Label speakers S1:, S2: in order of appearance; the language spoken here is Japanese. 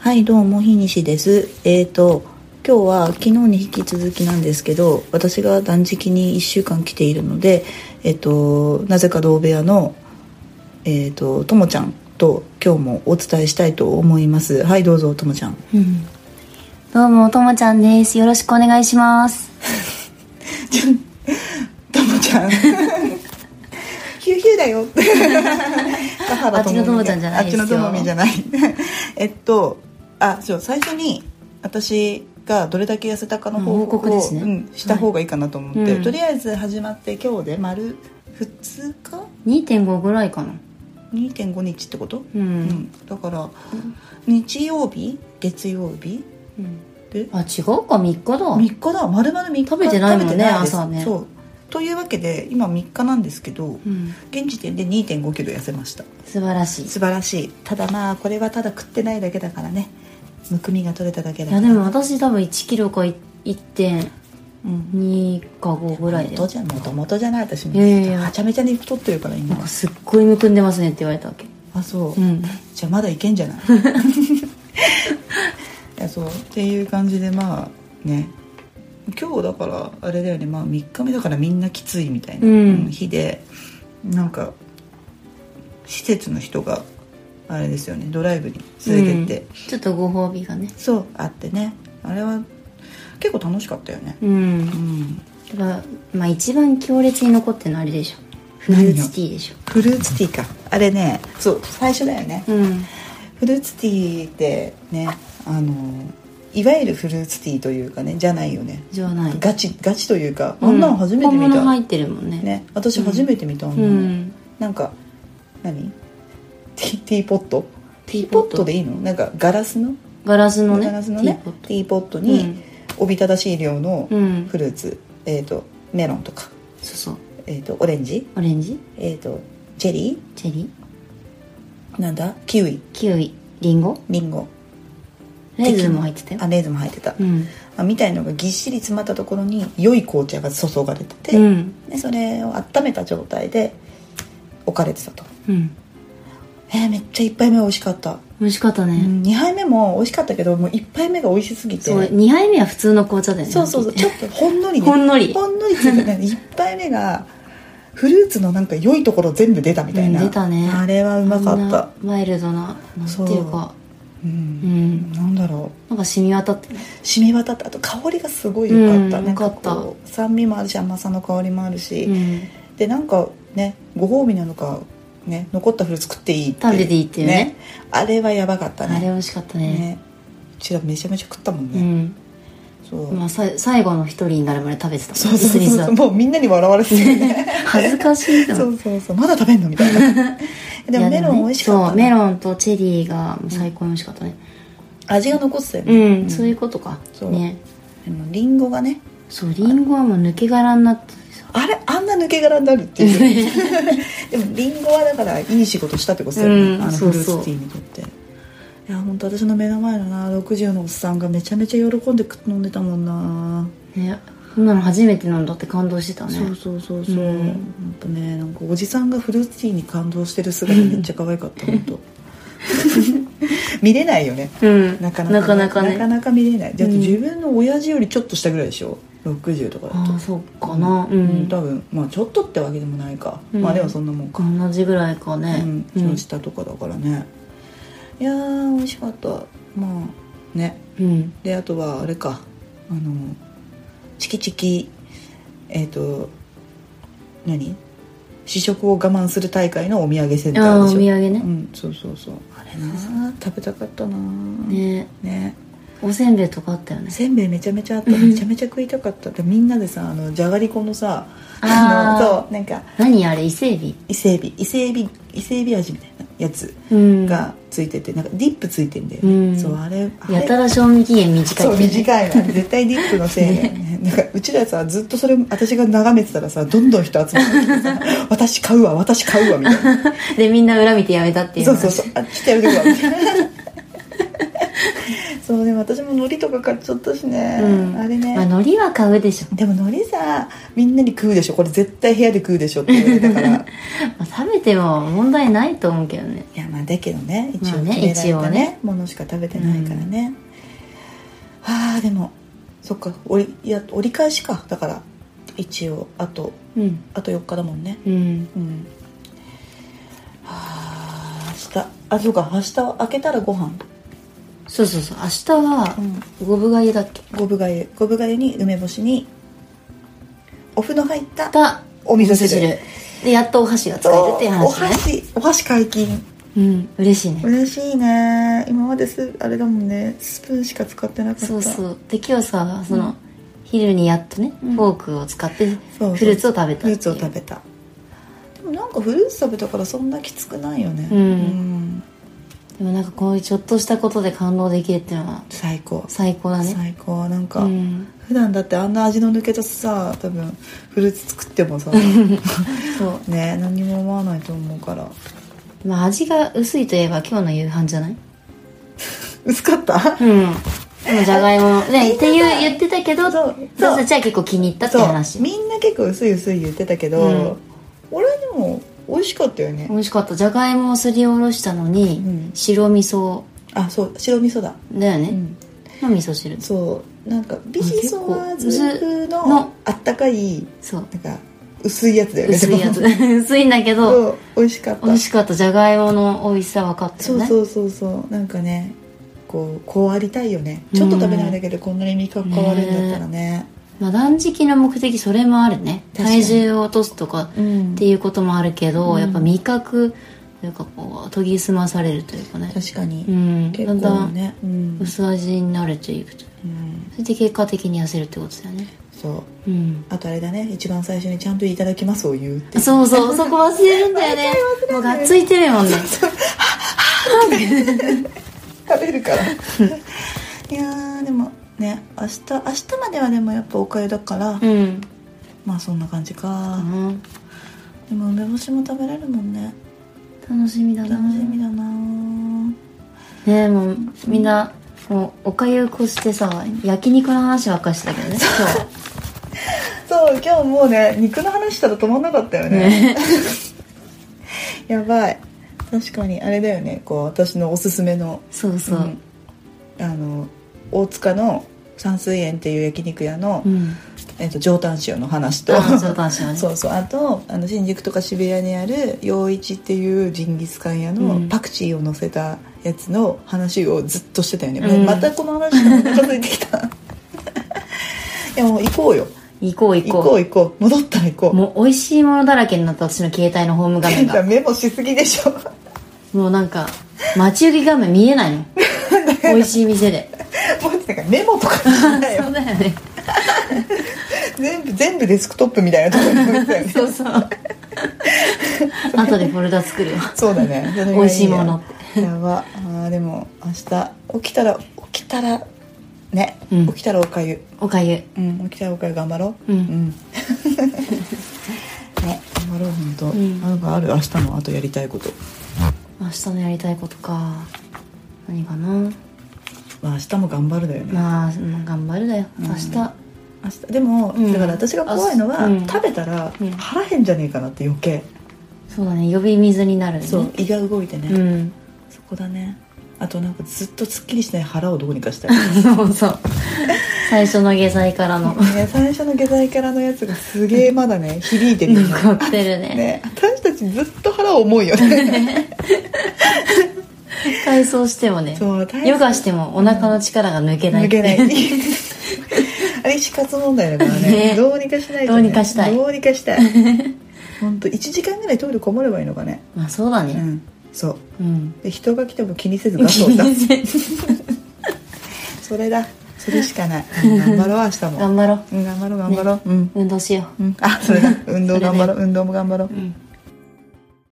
S1: はいどうも日西ですえっ、と今日は昨日に引き続きなんですけど私が断食に1週間来ているのでえっ、となぜか同部屋のえっ、とともちゃんと今日もお伝えしたいと思いますはいどうぞともちゃん
S2: どうもともちゃんですよろしくお願いします
S1: ともちゃんヒューヒューだよ 川原
S2: あっちのともちゃんじゃない
S1: あっ
S2: で
S1: ち
S2: すよ
S1: のともみじゃないえっとあそう最初に私がどれだけ痩せたかの報告
S2: うん報告
S1: を
S2: ですね
S1: うん、した方がいいかなと思って、
S2: はいうん
S1: とりあえず始まって今日で丸2日
S2: 2.5ぐらいかな
S1: 2.5日ってこと、
S2: うん
S1: う、んだから日曜日月曜日
S2: うん
S1: で
S2: あ違うか3日だ
S1: 3日だ丸々3日
S2: 食べてないもんね
S1: 食べてないです
S2: 朝ね
S1: そうというわけで今3日なんですけど、
S2: うん、
S1: 現時点で2 5キロ痩せました
S2: 素晴らしい
S1: 素晴らしいただまあこれはただ食ってないだけだからねむくみが取れただけだか
S2: いや
S1: ら
S2: でも私多分1キロか1.2
S1: うん
S2: か5ぐらいで
S1: 元じゃ元々じゃない私も
S2: いやいやいや
S1: はちゃめちゃに太ってるから今
S2: なんかすっごいむくんでますねって言われたわけ
S1: あそう、
S2: うん
S1: じゃあまだいけんじゃない いやそうっていう感じでまあね今日だからあれだよね、まあ、3日目だからみんなきついみたいな、
S2: うん
S1: うん日でなんか施設の人があれですよねドライブに連れてって、
S2: うんちょっとご褒美がね
S1: そうあってねあれは結構楽しかったよね
S2: うん
S1: うん
S2: だからまあ一番強烈に残ってるのあれでしょフルーツティーでし
S1: フルーツティーかあれねそう最初だよね
S2: ょうん
S1: フルーツティーってねあのいわゆるフルーツティーというかねじゃないよね
S2: じゃない
S1: ガチガチというかあんなの初めて見
S2: 本物
S1: た、
S2: 入ってるもんね
S1: ね私初めて見たあん
S2: う
S1: なの、
S2: ん
S1: なんか何ティティーポット
S2: ティー
S1: ポ
S2: ポッ
S1: ッ
S2: ト
S1: トでいいのなんかガラスの、
S2: ガラスのね
S1: ガラスの
S2: ティー
S1: ね
S2: ポット
S1: ティーポットにおびただしい量の
S2: うん、うん、
S1: フルーツ、えっ、とメロンとか、
S2: そうそう
S1: えっとオレンジ
S2: オレンジ
S1: えっ、とチェリ
S2: チェリー
S1: ーなんだキウイ
S2: キウイリンゴ
S1: リンゴ
S2: レーズンも入ってたよ
S1: あレーズンも入ってた、
S2: うん
S1: あみたいのがぎっしり詰まったところに良い紅茶が注がれてて、
S2: うん
S1: でそれを温めた状態で置かれてたと
S2: うん
S1: えーめっちゃ1杯目美味しかった、
S2: 美味しかった
S1: う
S2: ね、
S1: ん、2杯目も美味しかったけどもう1杯目が美味しすぎて
S2: そう2杯目は普通の紅茶だよね
S1: そうそうそうちょっとほんのり、
S2: ほんのり
S1: ほんのりついてたね1杯目がフルーツのなんか良いところ全部出たみたいな、
S2: うん出たね
S1: あれはう
S2: う
S1: まかった
S2: マイルドななんていうか
S1: う、
S2: うんん
S1: なんだろう
S2: なんか染み渡って
S1: 染み渡ったあと香りがすごい良かった、
S2: うん
S1: なんか
S2: 良かった
S1: こう酸味もあるし甘さの香りもあるし、
S2: うん
S1: でなんかねご褒美なのか、ね、残ったフルーツ食っていいって
S2: 食べていいっていうね
S1: あれはやばかった
S2: あれ美
S1: ね
S2: 味しかった
S1: ね
S2: ね
S1: うちらめちゃめちゃ食ったもん
S2: う
S1: ね、
S2: ん、
S1: そう、
S2: まあ、さい最後の一人になるまで食べてた
S1: そうそう
S2: 椅子に座
S1: そ う
S2: っ
S1: もうみんなに笑われてるよね
S2: 恥ずかしいと
S1: そ
S2: 思っ
S1: うそうそうまだ食べんのみたい な
S2: て
S1: でもメロン美味しかっ
S2: そ
S1: た
S2: う
S1: ね、
S2: メロンとチェリーがもう最高に美味しかったね
S1: 味が残ってたよ
S2: う
S1: ね、
S2: ん、
S1: うん
S2: そういうことか
S1: そう
S2: ね
S1: でもリンゴがね
S2: そうリンゴはもう抜け殻になってさ
S1: あれあんな抜け殻になるっていう でもリンゴはだからいい仕事したってことだよね、
S2: うん
S1: あのフ
S2: そ
S1: ル
S2: う
S1: ー
S2: そう
S1: ツティーにとっていや本当私の目の前のな60のおっさんがめちゃめちゃ喜んで飲んでたもんな、
S2: ねこんなの初めてなんだって感動してたね
S1: そうそうそうそう、
S2: うん
S1: やっぱねなんかおじさんがフルーツティーに感動してる姿めっちゃ可愛かった本 当見れないよね
S2: うん
S1: なかな
S2: な
S1: か
S2: かなかね
S1: なかなか見れないだって
S2: うん
S1: 自分の親父よりちょっと下ぐらいでしょ60とかだと
S2: ああそっかなう
S1: うん
S2: ん、
S1: 多分まあちょっとってわけでもないか、
S2: うん
S1: まあでもそんなもんか、
S2: 同じぐらいかね
S1: うん、その下とかだからね、いやー美味しかったまあね
S2: うん
S1: であとはあれかあのチキチキえっ、と何試食を我慢する大会のお土産センタ
S2: ああ
S1: ー
S2: お
S1: でし
S2: 土
S1: ょ
S2: 産
S1: う
S2: ね、
S1: ん、そうそうそうあれな食べたかったなね
S2: ねおせんべいとかあったよね
S1: せんべいめちゃめちゃあっためちゃめちゃ食いたかったでみんなでさあのじゃがりこのさ
S2: あー
S1: のそうなんか
S2: 何あれ伊勢海
S1: 伊勢海老伊勢海老伊勢海老味みたいなやつ
S2: 老うん
S1: がついててなんかディップついてんだよね、
S2: うん
S1: そうあれあれ
S2: やたら賞味期限短いって
S1: そう
S2: ね
S1: 短いな絶対ディップのせいだよねなんかうちらさずっとそれ私が眺めてたらさどんどん人集まってきてさ私買うわ私買うわみたいな
S2: でみんな裏見てやめたっていう
S1: そう
S2: 話
S1: そうそうあっちょっとやめてくわみたいなそうでも私も海苔とか買っちゃったしね、
S2: うん
S1: あれね、
S2: まあ海苔は買うでしょ、
S1: でも海苔さみんなに食うでしょこれ絶対部屋で食うでしょって言われたから
S2: まあ、食べても問題ないと思うけどね
S1: いやまあだけどね一応
S2: まあね
S1: 決められ
S2: 一応
S1: た
S2: は
S1: ね
S2: ね
S1: ものしか食べてないからね、あーでもそっか折りいや折り返しかだから一応あと
S2: うん
S1: あと4日だもんね
S2: うん
S1: うんあー明日あそうか明日開けたらご飯
S2: そうそうそう明日は
S1: うん
S2: 五分がゆだっけ
S1: 五分がゆ五分がゆに梅干しにお麩の入った
S2: た
S1: お味噌汁
S2: でやっとお箸が使えるっていう
S1: お
S2: 話ね
S1: 箸お箸解禁
S2: うん嬉しいね
S1: 嬉しいね今まですあれだもんねスプーンしか使ってなかった
S2: そう
S1: う
S2: そうで今日さその、
S1: うん
S2: 昼にやっとね、
S1: うん
S2: フォークを使ってフ
S1: そう
S2: ルーツを食べたってい
S1: フル
S2: う
S1: ーツを食べたでもなんかフルーツ食べたからそんなきつくないよね
S2: うんでもなんかこういうちょっとしたことで感動できるっていうのは
S1: 最高
S2: 最高だね
S1: 最高なんか、
S2: うん
S1: 普段だってあんな味の抜けたさ多分フルーツ作っても さ
S2: そ
S1: ね何も思わないと思うから
S2: うまあ味が薄いといえば今日の夕飯じゃない
S1: 薄かった
S2: うんでもじゃがいも
S1: みんな
S2: ね
S1: さ
S2: っていう言ってたけど
S1: そう
S2: 私たちは結構気に入ったって
S1: そう
S2: 話
S1: みんな結構薄い薄い言ってたけど、
S2: うん
S1: 俺でも美味しかったよね、
S2: 美味しかったじゃがいもをすりおろしたのに、
S1: うん
S2: 白味噌
S1: あそう白味噌だ、
S2: だよ
S1: う
S2: ね、
S1: ん、
S2: の味噌汁
S1: そうなんかビシソワーズ
S2: 結構
S1: 風の
S2: の
S1: あったかい
S2: そう
S1: なんか薄いやつだよね
S2: 薄いやつ
S1: でも
S2: 薄いんだけ ど
S1: そう美味しかった
S2: 美味しかったじゃがいもの美味しさ分かった
S1: そ
S2: よ
S1: う
S2: ね
S1: そうそうそうなんかねこうこうありたいよねちょっと食べないだけでこんなに味覚変わるんだったらね
S2: まあ、断食の目的それもあるね
S1: 確かに
S2: 体重を落とすとか
S1: うん
S2: っていうこともあるけど、
S1: うん
S2: やっぱ味覚というかこう研ぎ澄まされるというかね、
S1: 確かに、
S2: うん、
S1: 結
S2: だんだ
S1: 構
S2: ん
S1: ねうん、
S2: 薄味に慣れていくと
S1: うん
S2: それで結果的に痩せるってことだよね
S1: そう
S2: うん
S1: あとあれだね一番最初にちゃんと「いただきます」を言うっていう
S2: そうそうそこ忘れるんだよねもうがっついてるもんね
S1: 食べる からいやーでもね明日明日まではでもやっぱおかゆだから、
S2: うん
S1: まあそんな感じか、
S2: うん
S1: でも梅干しも食べれるもんね
S2: 楽しみだ
S1: 楽
S2: な
S1: しみだなー
S2: ねえもうみんなもうおかゆこしてさ焼肉の話ばっかりしてたけどね
S1: そう今日もうね肉の話したら止まんなかったよ
S2: 今
S1: ね
S2: 日ね
S1: やばい確かにあれだよねこう私のおすすめの
S2: そうそう、
S1: んあの大塚の山水園っていう焼肉屋の、
S2: うん
S1: えっと上タン塩の話と
S2: ああそう楽しみ ね
S1: そうそうあとあの新宿とか渋谷にある陽一っていうジンギスカン屋
S2: う
S1: の
S2: ん
S1: パクチーを乗せたやつの話をずっとしてたよね、
S2: うん
S1: またこの話が近づいてきた いやもう行こうよ
S2: 行こう行
S1: 行
S2: こう
S1: こう行こう戻ったら行こう
S2: もう美味しいものだらけになった私の携帯のホーム画面
S1: 健太
S2: が
S1: メモしすぎでしょ
S2: もうなんか待ち受け画面見えない の美味しい店で
S1: もうなんかメモとかじゃないよ
S2: そうだよね
S1: 全部全部デスクトップみたいなところに置いてたよ ね
S2: そうそう後でフォルダ作るよ
S1: そうだねそれが
S2: 美味しいものっ
S1: やばあーでも明日起きたら起きたらね、
S2: うん
S1: 起きたらおかゆ
S2: おかゆ
S1: うん、起きたらおから頑張ろう。
S2: う ん
S1: ね、頑張ろう、本当。
S2: ん
S1: なんかある、明日のあとやりたいこと。
S2: 明日のやりたいことか何かな
S1: まあ、明日も頑張るだよね。
S2: まあ、まあ頑張るだよ
S1: うん
S2: 明日
S1: 明日、でも、
S2: うん
S1: だから、私が怖いのは、
S2: あうん
S1: 食べたら
S2: うん、
S1: 腹へんじゃねえかなって余計。
S2: そうだね呼び水になるね
S1: そう、胃が動いてね、
S2: うん
S1: そこだね。あと、なんか、ずっとすっきりしない腹をどうにかしたい。
S2: そうそう最初の下剤からの
S1: ね、最初の下剤からのやつが、すげえ、まだね、 響いてるよね。
S2: 残ってるね
S1: ね、私たちずっと腹重いよね。
S2: 体操してもね
S1: そう体操
S2: ヨガしてもお腹の力が抜けない。
S1: 抜けない あれ死活問題だからね。
S2: ね
S1: どうにかしないと、ね。
S2: どうにかしたい
S1: どうにか したい。本当一時間ぐらいトイレこもればいいのかね。
S2: まあそうだ
S1: う
S2: ね
S1: ん。そう。
S2: うん、
S1: で人が来ても気にせずガスを出す。 それだ。それしかない。うん頑張ろう明日も。
S2: 頑張ろう
S1: うん頑張ろう頑張ろう。うん。
S2: 運動しよ
S1: Mm. Ah, うん。あそれだ。運動頑張ろう。運動も頑張ろう
S2: う、う。ん